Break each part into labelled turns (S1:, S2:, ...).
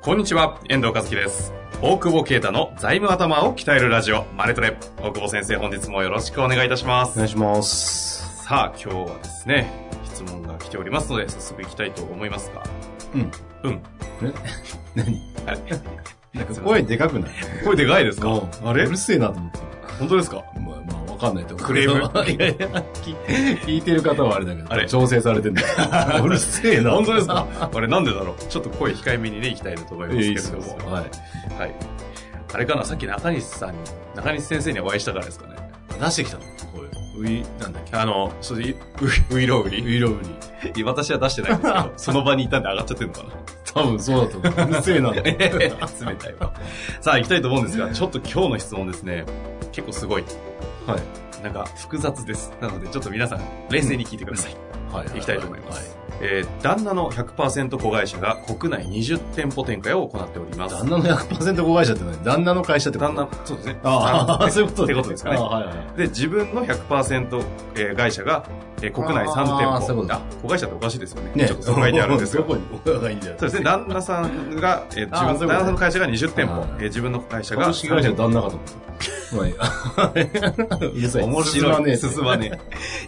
S1: こんにちは、遠藤和樹です。大久保啓太の財務頭を鍛えるラジオ、マネトレ。大久保先生、本日もよろしくお願いいたしま
S2: お
S1: す。
S2: 願いします。
S1: さあ、今日はですね、質問が来ておりますので、早速行きたいと思いますが。
S2: うん。
S1: うん。
S2: え何
S1: あれなんか
S2: 声でかくない
S1: 声でかいですか
S2: あ
S1: あれ
S2: うるせえなと思って。
S1: 本当ですか
S2: まあまあ、わかんないと思う
S1: クレーム
S2: いやいや、聞 聞いてる方はあれだけど、
S1: あれ
S2: 調整されてんだ うるせえな。
S1: 本当ですかあれなんでだろうちょっと声控えめにね、行きたいなと思い
S2: ええ
S1: ます
S2: い
S1: け
S2: い
S1: れ
S2: です
S1: ど
S2: よ
S1: も。
S2: はい。
S1: はい。あれかなさっき中西さんに、中西先生にお会いしたからですかね。出してきたの声。
S2: ウィ、なんだっけ
S1: あの、それ、ウイウイロウリ
S2: ウィロブ
S1: い
S2: リ。
S1: や私は出してないんです けど、その場にいたんで上がっちゃってるのかな。
S2: 多分そうだと思う。うるせえな。
S1: 冷たいわ。さあ、行きたいと思うんですが、ちょっと今日の質問ですね、結構すごい。
S2: はい。
S1: なんか複雑です。なので、ちょっと皆さん、冷静に聞いてください。
S2: はい。
S1: 行きたいと思います。えー旦那の100%子会社が国内20店舗展開を行っております。
S2: 旦那の100%子会社って何旦那の会社ってこと
S1: 旦那、そうですね。
S2: あ あ、そういうこと
S1: ってことですかね
S2: ああはいはい。
S1: で、自分の100%、えー会社が、えー国内3店舗。
S2: あーそういうことだ
S1: あ子会社っておかしいですよね。
S2: ね
S1: ちょっとその書いてあるんですが
S2: ど。こに置がいいんだよ。
S1: そうですね、旦那さんが、えー自
S2: あー
S1: 分
S2: そういうこと
S1: 旦那さんの会社が20店舗
S2: あ、ー
S1: えー自分の会社が
S2: 株式会社の旦那かと思った。まあいいや。う るさい
S1: 面
S2: 進ま
S1: 白
S2: ねえ
S1: い。進まね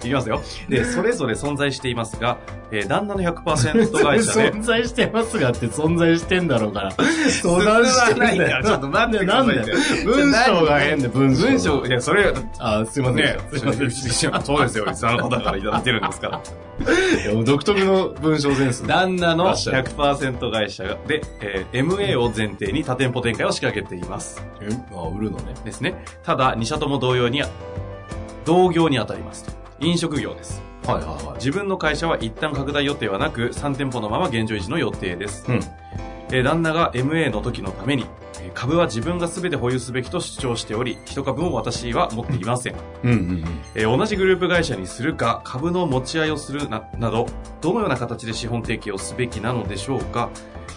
S1: え。 いきますよ。で、それぞれ存在していますが、えー旦那の100%会社 で、
S2: 存在してますがって存在してんだろうから。相談してん
S1: 進ま
S2: だ
S1: ないから
S2: よ。
S1: ちょっと待ってくださ
S2: ないんだよ。文章が変で文章。
S1: 文章、いや、それ、ね
S2: あ、すいません。すいません。
S1: そうですよ、リスナーの方からいただいてるんですから。
S2: いや独特の文章センス。
S1: 旦那の100%会社で、えー MA を前提に多店舗展開を仕掛けています。
S2: えあ、売るのね。
S1: ですね。ただ、2社とも同様に、同業に当たりますと。飲食業です。
S2: はいはいはい。
S1: 自分の会社は一旦拡大予定はなく、3店舗のまま現状維持の予定です。
S2: うん。
S1: えー旦那が MA の時のために、えー株は自分が全て保有すべきと主張しており、一株も私は持っていません。
S2: うんうん
S1: えー同じグループ会社にするか、株の持ち合いをするな、など、どのような形で資本提携をすべきなのでしょうか。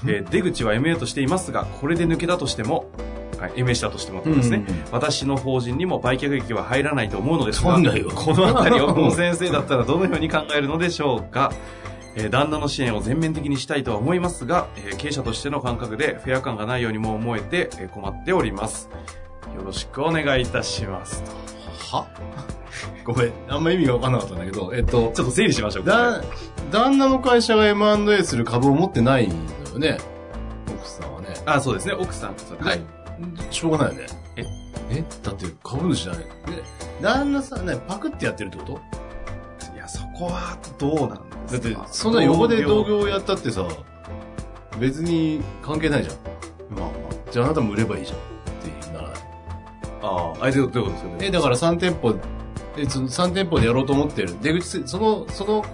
S1: えー出口は MA としていますが、これで抜けたとしても、はい、MA したとしてもってことですね。
S2: うんうんうん
S1: 私の法人にも売却益は入らないと思うのですが、
S2: そんなよ
S1: この辺りをこの先生だったらどのように考えるのでしょうか。えー旦那の支援を全面的にしたいとは思いますが、えー経営者としての感覚でフェア感がないようにも思えて、えー困っております。よろしくお願いいたしますと。
S2: はごめん。あんま意味がわかんなかったんだけど、えっと
S1: ち、ょっと整理しましょう。
S2: だ、旦那の会社が M&A する株を持ってないんだよね。奥さんはね。
S1: あ、そうですね。奥さんと
S2: はい。しょうがないよね。
S1: え
S2: えだって株主じゃない。で旦那さんね、パクってやってるってこと
S1: いや、そこはどうなん
S2: だ
S1: です
S2: って
S1: か、
S2: そんな横で同。業やったってさ、別に関係ないじゃん。
S1: まあま
S2: じゃああなたも売ればいいじゃん。ってならない。
S1: あ。ああ、あれどういうことですかね。
S2: え、だから3店舗、え、その3店舗でやろうと思ってる。出口、その、その、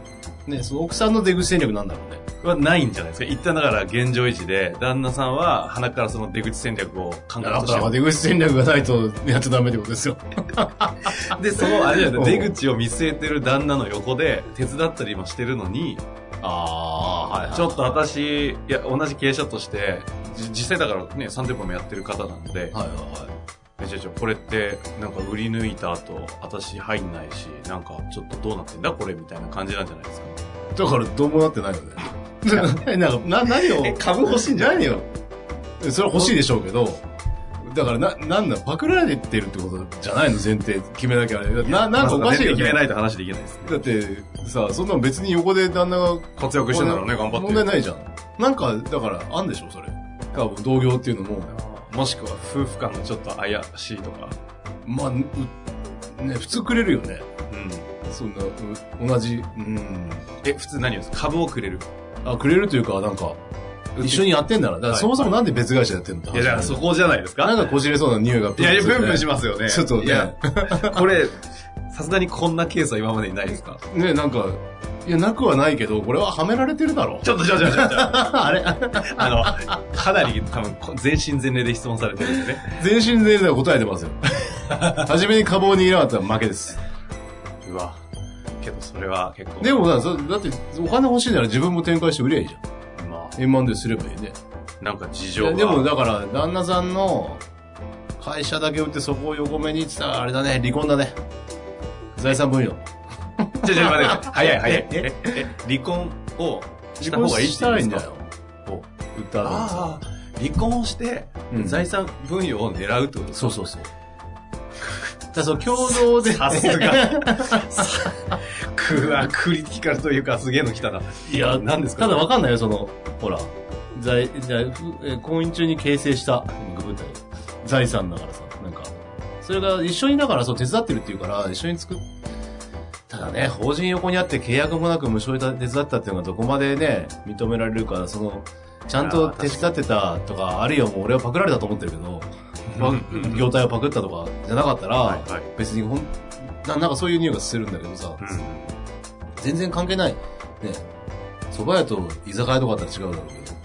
S2: ね、その奥さんの出口戦略なんだろうね。
S1: はないんじゃないですか一旦だから現状維持で、旦那さんは鼻からその出口戦略を考え
S2: だ
S1: とし
S2: か
S1: て
S2: ら
S1: る
S2: 出口戦略がないとやっちゃダメってことですよ。
S1: で、その、あれじゃない
S2: うん
S1: 出口を見据えてる旦那の横で、手伝ったりもしてるのに、
S2: ああ、はい、
S1: ちょっと私、いや、同じ経営者として、じ実際だからね、3店舗もやってる方なので、
S2: はいはい
S1: えちょちょ、これって、なんか売り抜いた後、私入んないし、なんかちょっとどうなってんだこれみたいな感じなんじゃないですか。
S2: はい。だからどうもなってないよね。 なんか、な、何を。
S1: え株欲しいんじゃない
S2: 何よ。それは欲しいでしょうけど、だからな、なんだ、パクられてるってことじゃないの前提決めなきゃあれ。な、なんかおかしいよ
S1: 決めな
S2: ね。
S1: いと話できないですね。
S2: だって、さ、そんなの別に横で旦那が。
S1: 活躍してんだろうね、頑張って。
S2: 問題ないじゃん。なんか、だから、あんでしょ、それ。多分、同業っていうのも、
S1: もしくは夫婦間のちょっと怪しいとか。
S2: まあ、うね、普通くれるよね。
S1: うん。
S2: そんな、う同じ、うん。
S1: え、普通何をです株をくれる。
S2: あ、くれるというか、なんか、一緒にやってんだなら。だから、
S1: はい
S2: そもそもなんで別会社やってんのって
S1: いや、だからそこじゃないですか。
S2: なんかこじれそうな匂いが
S1: いや、いや、ブンブンしますよね。
S2: ちょっとね
S1: いや、これ、さすがにこんなケースは今までにないです か
S2: ね、なんか、いや、なくはないけど、これははめられてるだろ。
S1: ちょっとちょっとちょっとちょっ
S2: あれ
S1: と、 あの、かなり多分こ全身全霊で質問されてるんですね。
S2: 全身全霊で答えてます よ。初めに多忙にいなかったら負けです。
S1: うわ。けどそれは結構。
S2: で、もさ、そだって、お金欲しいなら自分も展開して売りゃいいじゃん。
S1: ま
S2: M&A ですればいいね。
S1: あ、なんか事
S2: い
S1: 情
S2: や
S1: が。
S2: でも、だから、旦那さんの会社だけ売ってそこを横目に言ってたら、あれだね、離婚だね。財産分与。
S1: ちょちょ、待ってください。早い早い。
S2: え
S1: え、え、離婚をした
S2: 離
S1: 方
S2: 婚
S1: がいいって言
S2: した
S1: うん
S2: ら
S1: です
S2: いいん
S1: か
S2: だよ。
S1: お
S2: 売った後にさ。
S1: ああ、離婚をして、
S2: うん
S1: 財産分与を狙うってことですか
S2: そうそうそう。だからそう、共同で。
S1: さすが。くわ、クリティカルというか、すげえの来たな。
S2: いや、
S1: 何ですか
S2: ただわかんないよ、その、ほら、財、財、ふえー婚姻中に形成した、軍隊財産だからさ、なんか、それが一緒にだから、そう、手伝ってるっていうから、一緒に作っ、ただね、法人横にあって契約もなく無償で手伝ったっていうのがどこまでね、認められるか、その、ちゃんと手伝ってたとか、あるいはもう俺はパクられたと思ってるけど、ま
S1: うんうん
S2: 業態をパクったとかじゃなかったら、
S1: はいはい
S2: 別にほんな、なんかそういう匂いがするんだけどさ、全然関係ない。ね。蕎麦屋と居酒屋とかだったら違うだろうけど。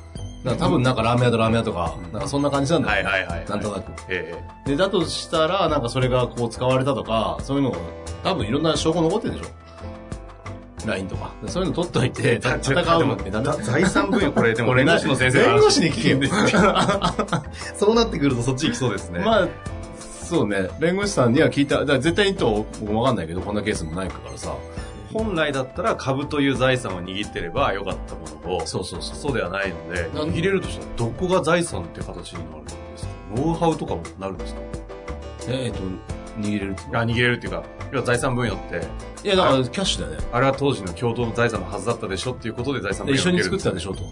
S2: なんか多分なんかラーメン屋とラーメン屋とか、なんかそんな感じなんだ
S1: は
S2: よ、
S1: いはいはい。
S2: なんとなく。
S1: え
S2: で、だとしたら、なんかそれがこう使われたとか、そういうのが多分いろんな証拠残ってるでしょ。ラインとか。そういうの取っとい て、
S1: え
S2: た戦うのってダメ
S1: だ財産分与、これ、でも、
S2: これ
S1: 弁
S2: な
S1: 護士の先生
S2: 弁護士に聞けよ
S1: んですけどそうなってくると、そっち行きそうですね。
S2: まあ、そうね。弁護士さんには聞いた、だから絶対にと僕もわかんないけど、こんなケースもないからさ。
S1: 本来だったら、株という財産を握ってればよかったものを、
S2: そうそうそう。
S1: そうではないので、
S2: なん
S1: 入れるとしたら、どこが財産って形になるんですかノウハウとかもなるんですか
S2: えっ、と、握れるっていうの
S1: あ、握れるっていうか、要は財産分与って、
S2: いや、だからキャッシュだよね。
S1: あれは当時の共同の財産のはずだったでしょっていうことで財産分
S2: 一
S1: 与
S2: 緒
S1: を
S2: に
S1: 受け
S2: 作
S1: る
S2: ってたでし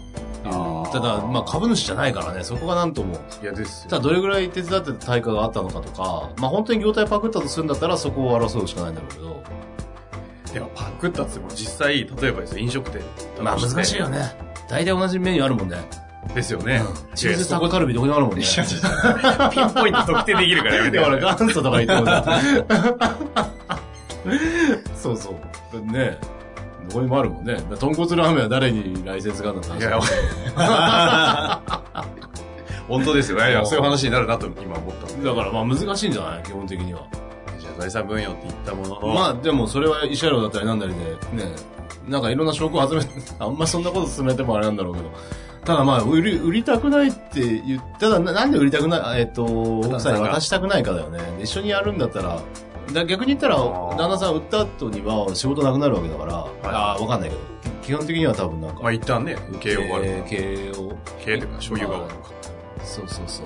S2: ょと。
S1: あー
S2: ただ、まあ株主じゃないからね、そこがなんとも。
S1: いやですよ
S2: ただ、どれぐらい手伝ってた対価があったのかとか、まあ本当に業態パクったとするんだったらそこを争うしかないんだろうけど。
S1: でもパクったっつっても実際例えばですよ飲食店
S2: まあ難しいよね。大体同じメニューあるもんね。
S1: ですよね
S2: チーズタコカルビどこにもあ るもんね。
S1: いやいやピンポイント特定できるからやめて
S2: だ
S1: よ
S2: から元祖とか言ってもさ。 そうそう。ねどこにもあるもんね。だから豚骨ラーメンは誰にライセンスがあるんだっ
S1: い
S2: て話
S1: や本当ですよねいやそういう話になるなと今思ったんで
S2: だからまあ難しいんじゃない基本的には。
S1: じゃあ財産分与って言ったものの
S2: まあでもそれは慰謝料だったりなんだりで、ね、なんかいろんな証拠を集めて、 あんまそんなこと進めてもあれなんだろうけど。ただまあ、売り、売りたくないって言っただな、なんで売りたくない、えっ、と、奥さんに渡したくないかだよね。一緒にやるんだったら、だ逆に言ったら、
S1: ー
S2: 旦那さん売った後には仕事なくなるわけだから、ああ、わかんないけど、基本的には多分なんか、
S1: まあ一旦ね経営を終わる
S2: えー経営を。
S1: 経営というか所有が終わるのか
S2: そうそうそう。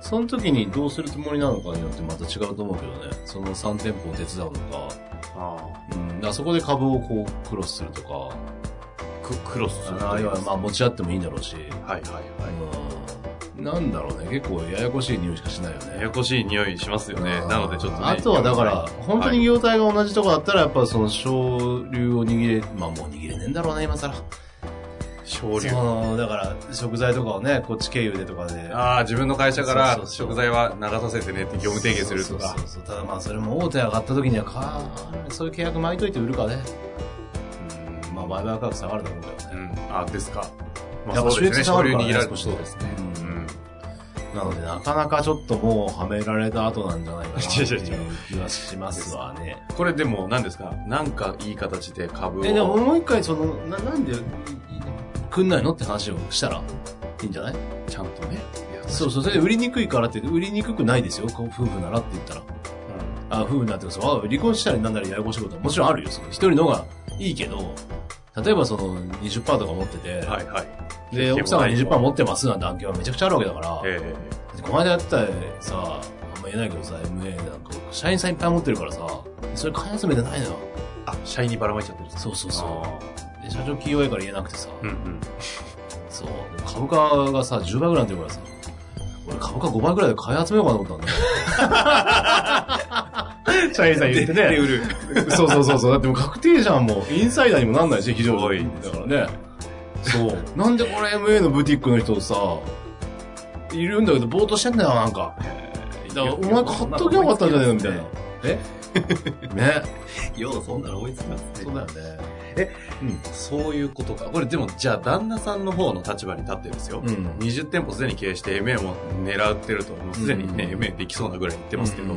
S2: その時にどうするつもりなのかによってまた違うと思うけどね。その3店舗を手伝うのか、
S1: あ
S2: うん、だからそこで株をこうクロスするとか、
S1: あククロスする
S2: あるいはまあ持ち合ってもいいんだろうし、
S1: はいはいはい
S2: うん、なんだろうね、結構ややこしい匂いしかしないよ
S1: や
S2: ね
S1: や。こしい匂いしますよね
S2: うん
S1: なのでちょっとね
S2: あとはだから、本当に
S1: はい
S2: 業態が同じとこだったら、やっぱその昇流を握れ、まあもう握れねえんだろうな、今更。
S1: 昇
S2: そ
S1: 竜
S2: の、だから、食材とかをね、こっち経由でとかで。
S1: ああ、自分の会社から
S2: そうそうそう
S1: 食材は流させてねって業務提携するとか
S2: そう。そうそうただまあそれも大手上がった時にはか、そういう契約巻いといて売るかね。まあ売買価格下がるだろうけどね。
S1: うん。あ、ですか。ま
S2: やっぱ
S1: あ、そうですね。
S2: 収益下が
S1: 昇
S2: る
S1: 流
S2: からね
S1: 握られて
S2: 少し
S1: そうですね。
S2: う
S1: うんん。
S2: なので、なかなかちょっともう、はめられた後なんじゃないかな、って
S1: 違う違
S2: いう
S1: 違う
S2: う気はしますわね。
S1: これでも、何ですかなんかいい形で株を。
S2: え、でも、もう一回、その、な、なんで、いいくんないのって話をしたら、いいんじゃない
S1: ちゃんとね。
S2: そうそう、それで売りにくいからって、売りにくくないですよ、こう夫婦ならって言ったら。あ、夫婦なってそう、あ離婚したりなんなりややこしいことはもちろんあるよ、その一人の方がいいけど、例えばその20%とか持ってて、
S1: はいはい。
S2: で、奥さんが20%持ってますなんて案件はめちゃくちゃあるわけだから、
S1: ええ。
S2: この間やってたさ、あんま言えないけどさ、MA なんか、社員さんいっぱい持ってるからさ、それ買い集めてないのよ。
S1: あ、社員にばらまいちゃってるんです
S2: そうそう
S1: あ
S2: そう。で、社長企業やから言えなくてさ、
S1: ーうんうん。
S2: そう。でも株価がさ、10倍ぐらいになってるからさ、俺株価5倍ぐらいで買い集めようかなと思ったんだよ。社員さん言ってね
S1: で、売る。
S2: そうそうそうそう。だってもう確定じゃん、もう。インサイダーにもなんないし、非常
S1: 多い
S2: に。だからね。そう。なんでこれ MA のブティックの人さ、いるんだけど、ぼーっとしてんだよ、なんか。だから、お前買っときゃよかったんじゃねえのみたいな。え ね。
S1: ようそんなの思いつきますね
S2: そうだよね。
S1: そういうことかこれでもじゃあ旦那さんの方の立場に立ってですよ、
S2: ん
S1: 20店舗すでに経営して MA も狙ってるともうすでにね、
S2: うん
S1: MA できそうなぐらい言って
S2: 出
S1: ますけど、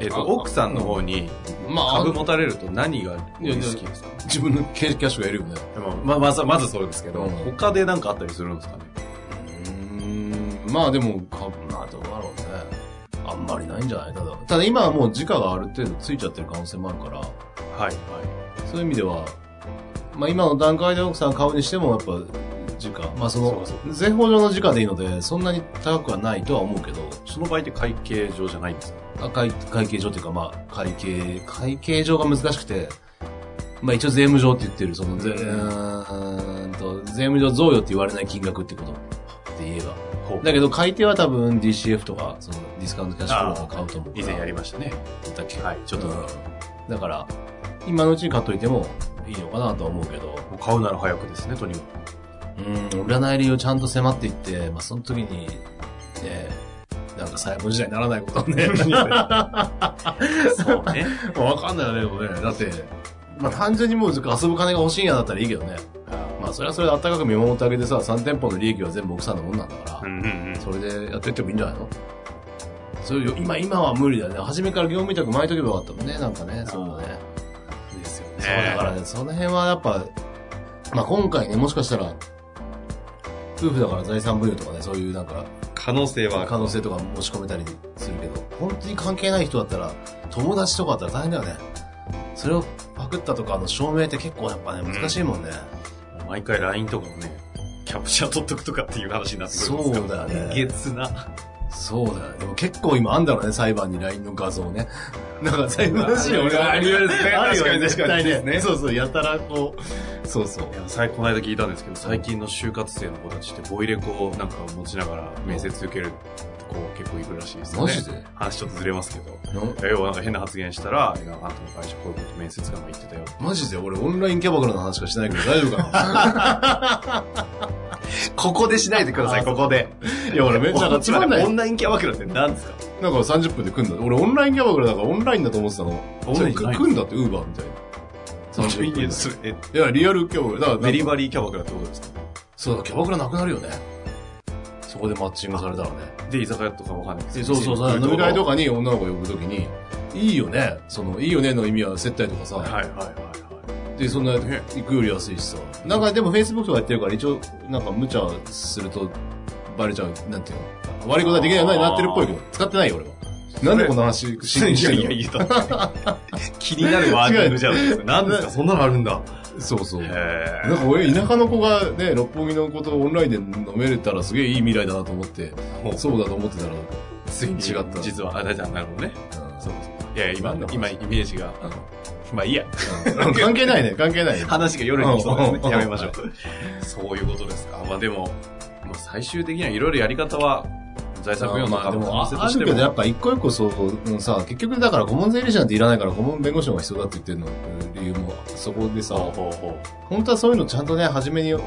S1: えっ
S2: あ
S1: と奥さんの方に
S2: まあ、
S1: 株持たれると何がリスキーですか
S2: 自分のキャッシュがいるよね。
S1: まあまあまずまずそうですけど、
S2: うん
S1: 他で何かあったりするんですかね
S2: うん。まあでも、株、まあどうだろうね。あんまりないんじゃないただ、ただ今はもう時価がある程度ついちゃってる可能性もあるから、
S1: はい
S2: そういう意味では、まあ今の段階で奥さんを買うにしても、やっぱ、時価、まあその
S1: そうか、
S2: 税法上の時価でいいので、そんなに高くはないとは思うけど、
S1: その場合って会計上じゃないんですか
S2: あ会会計上というか、まあ、会計、会計上が難しくて、まあ一応税務上って言ってる、その税、うーんと、税務上贈与って言われない金額ってことって言えば。だけど、買い手は多分 DCF とか、そのディスカウントキャッシュフローを買うと思うか
S1: 以
S2: ら。
S1: 前やりましたね
S2: だっけ
S1: はいちょっと、
S2: うん
S1: も
S2: だから、今のうちに買っといてもいいのかなとは思うけど、
S1: う買うなら早くですねとにかく
S2: うん、占い理由ちゃんと迫っていって、まあその時に、ね、なんか細胞時代にならないことは ね。
S1: そう ね
S2: まあわかんないよね、でもね。だって、まあ単純にもう遊ぶ金が欲しいんやだったらいいけどね。まあそれはそれで温かく見守ってあげてさ、3店舗の利益は全部奥さんのもんなんだか
S1: う
S2: ら、
S1: んうんうん
S2: それでやってってもいいんじゃないのそれよ今、今は無理だよね。初めから業務委託巻いとけばよかったもんね、なんかね。そうだね。
S1: ですよね
S2: そうだからね、その辺はやっぱ、まあ今回ね、もしかしたら、夫婦だから財産分与とかね、そういうなんか、
S1: 可能性は
S2: 可能性とか持ち込めたりするけど、本当に関係ない人だったら、友達とかだったら大変だよね。それをパクったとかの証明って結構やっぱね、難しいもんね。
S1: 毎回 LINE とかもねキャプチャー取っとくとかっていう話になってくるんです
S2: そうだね
S1: 月な
S2: そうだよね。でも結構今あんだろうね、裁判に LINE の画像ね。 なんか裁判資料が
S1: あります ね
S2: ある
S1: 確
S2: よ
S1: か
S2: ね、
S1: に確かに
S2: 絶対ね。そうそう、やたらこう、そうそう
S1: い。やさいこの間聞いたんですけど最近の就活生の子たちってボイレコをなんか持ちながら面接受ける子結構いるらしいですよね
S2: マジで
S1: 話ちょっとずれますけど
S2: の
S1: 要はなんか変な発言したら、いやあんたの会社こういうこと面接官が言ってたよ。
S2: マジで俺オンラインキャバクラの話しかしてないけど大丈夫かな
S1: ここでしないでください、ここで。
S2: いや俺めっちゃなんかつまんない。
S1: オンラインキャバクラって何ですか
S2: なんか30分で来んだ。俺オンラインキャバクラだからオンラインだと思ってたの。
S1: オンラインじゃない
S2: 来んだって、ウーバーみたいな。30分で
S1: え、
S2: いや、リアルキャバクラ。だから、
S1: デリバリーキャバクラってことですか
S2: そうだ、キャバクラなくなるよね。そこでマッチングされたらね。で
S1: で、居酒屋とかわかんないけど。
S2: そうそうそう。飲み会と
S1: か。
S2: かに女の子呼ぶときに、いいよね。その、いいよねの意味は接待とかさ。
S1: はいはいはいは
S2: で、そんな、行くより安いしさ。なんかでも Facebook とかやってるから、一応、なんか無茶すると、バレちゃう、なんていうの。割り子ができないようになってるっぽいけど、使ってないよ、俺は。なんでこんな話、
S1: い。
S2: 信じてんの
S1: や、だって 気になるワーディングじゃないですか。何ですか、そんなのあるんだ。
S2: そうそう。
S1: へ
S2: なんか俺、田舎の子がね、六本木の子とオンラインで飲めれたらすげえいい未来だなと思って、
S1: ほう
S2: そうだと思ってたら、
S1: ついに
S2: 違った
S1: 実は、あ、だじゃあなるほどね。
S2: うん
S1: そうそう。いや、今、今、イメージが。あのまあいいや。
S2: うん関係ないね、関係ない。
S1: 話が夜に来そうです
S2: うん
S1: ね。やめましょう。そういうことですか。まあでも、まあ、最終的にはいろいろやり方は、財産運用の
S2: まあ
S1: 可
S2: でも、
S1: 能性
S2: あ
S1: と
S2: あ
S1: して
S2: るけど、や
S1: も、
S2: っぱ一個一個そう、うんさ、結局だから顧問税理士なんていらないから顧問弁護士の方が必要だって言ってるの、うん理由も、そこでさ、
S1: ほうほうほ
S2: 本当はそういうのちゃんとね、初めに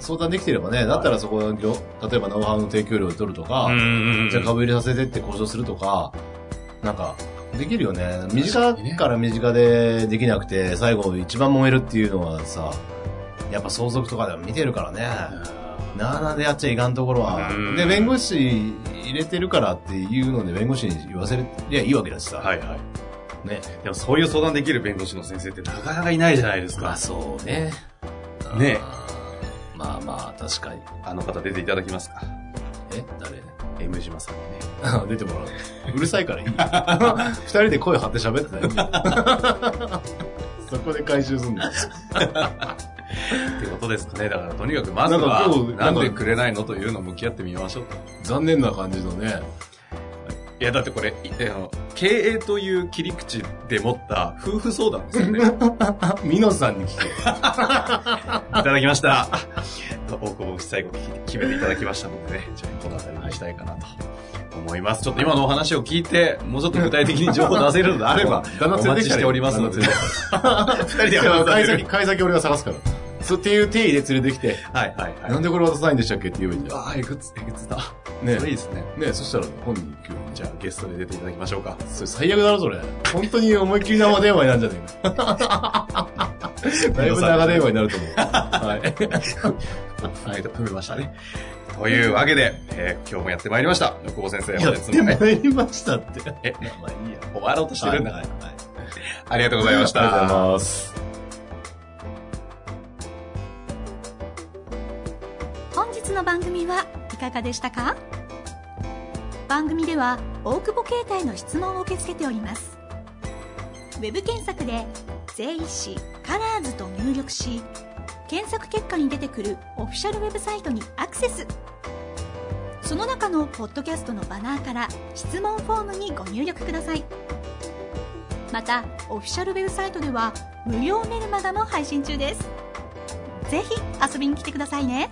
S2: 相談できてればね、だったらそこの業、例えばノウハウの提供料を取るとか、
S1: う。
S2: じゃあ株入れさせてって交渉するとか、なんか、できるよね。身近から身近でできなくて、最後一番燃えるっていうのはさ、やっぱ相続とかでも見てるからね。なあなあでやっちゃいかんところは
S1: うん。
S2: で、弁護士入れてるからっていうので、弁護士に言わせりゃいいわけだしさ。
S1: はいはい。
S2: ね。
S1: でもそういう相談できる弁護士の先生ってなかなかいないじゃないです
S2: まあ
S1: か。
S2: そうね。
S1: ね
S2: うんまあまあ、確かに。
S1: あの方出ていただきますか。
S2: え誰
S1: M 島さんにね。
S2: 出てもらう。うるさいからい い。二人で声張って喋ってない。そこで回収すんだ。
S1: ってことですかね。だからとにかくまず
S2: な
S1: は
S2: んか今、日
S1: なん
S2: な
S1: で
S2: んか
S1: くれないのというのを向き合ってみましょうと。
S2: 残念な感じのね。
S1: いや、だってこれ、いあの経営という切り口で持った夫婦相談ですよね。
S2: ミノさんに聞け。、
S1: いただきました。 と大久保夫妻最後決めていただきましたのでね、じゃあこの辺りにしたいかなと思います。ちょっと今のお話を聞いて、もうちょっと具体的に情報を出せるのであれば
S2: 旦那
S1: お
S2: 連れ
S1: 待
S2: てき
S1: ちし
S2: たらいい
S1: ておりますので、二人で
S2: いや、
S1: 話さ
S2: 会
S1: れ
S2: 先、
S1: る。
S2: 会先俺が探すから。そうっていう定義で連れてきて、
S1: はいはいはい。
S2: なんでこれ渡さないんでしたっけって言えばいいじゃ
S1: ああ、えぐつ、えぐつだ。
S2: ん。ね
S1: それいいですね。
S2: ねそしたら本人急に、
S1: じゃあゲストで出ていただきましょうか。
S2: それ最悪だろ、それ。本当に思いっきり生電話になるんじゃね えか。だいぶ長電話になると思 う。はい。
S1: はい、と、めましたね。というわけで、えー今日もやってまいりました。久保先生、
S2: いや
S1: 本
S2: っ
S1: 日
S2: て
S1: もね、
S2: まいりましたって。
S1: え
S2: まあいいや。
S1: 終わろうとしてるんだか
S2: はい
S1: ら。ありがとうございまし
S2: ありがとう
S1: た
S2: ご。ざいます。
S3: 本日の番組はいかがでしたか番組では大久保携帯の質問を受け付けておりますウェブ検索で「税理士カラーズと入力し検索結果に出てくるオフィシャルウェブサイトにアクセスその中のポッドキャストのバナーから質問フォームにご入力くださいまたオフィシャルウェブサイトでは無料メルマガも配信中ですぜひ遊びに来てくださいね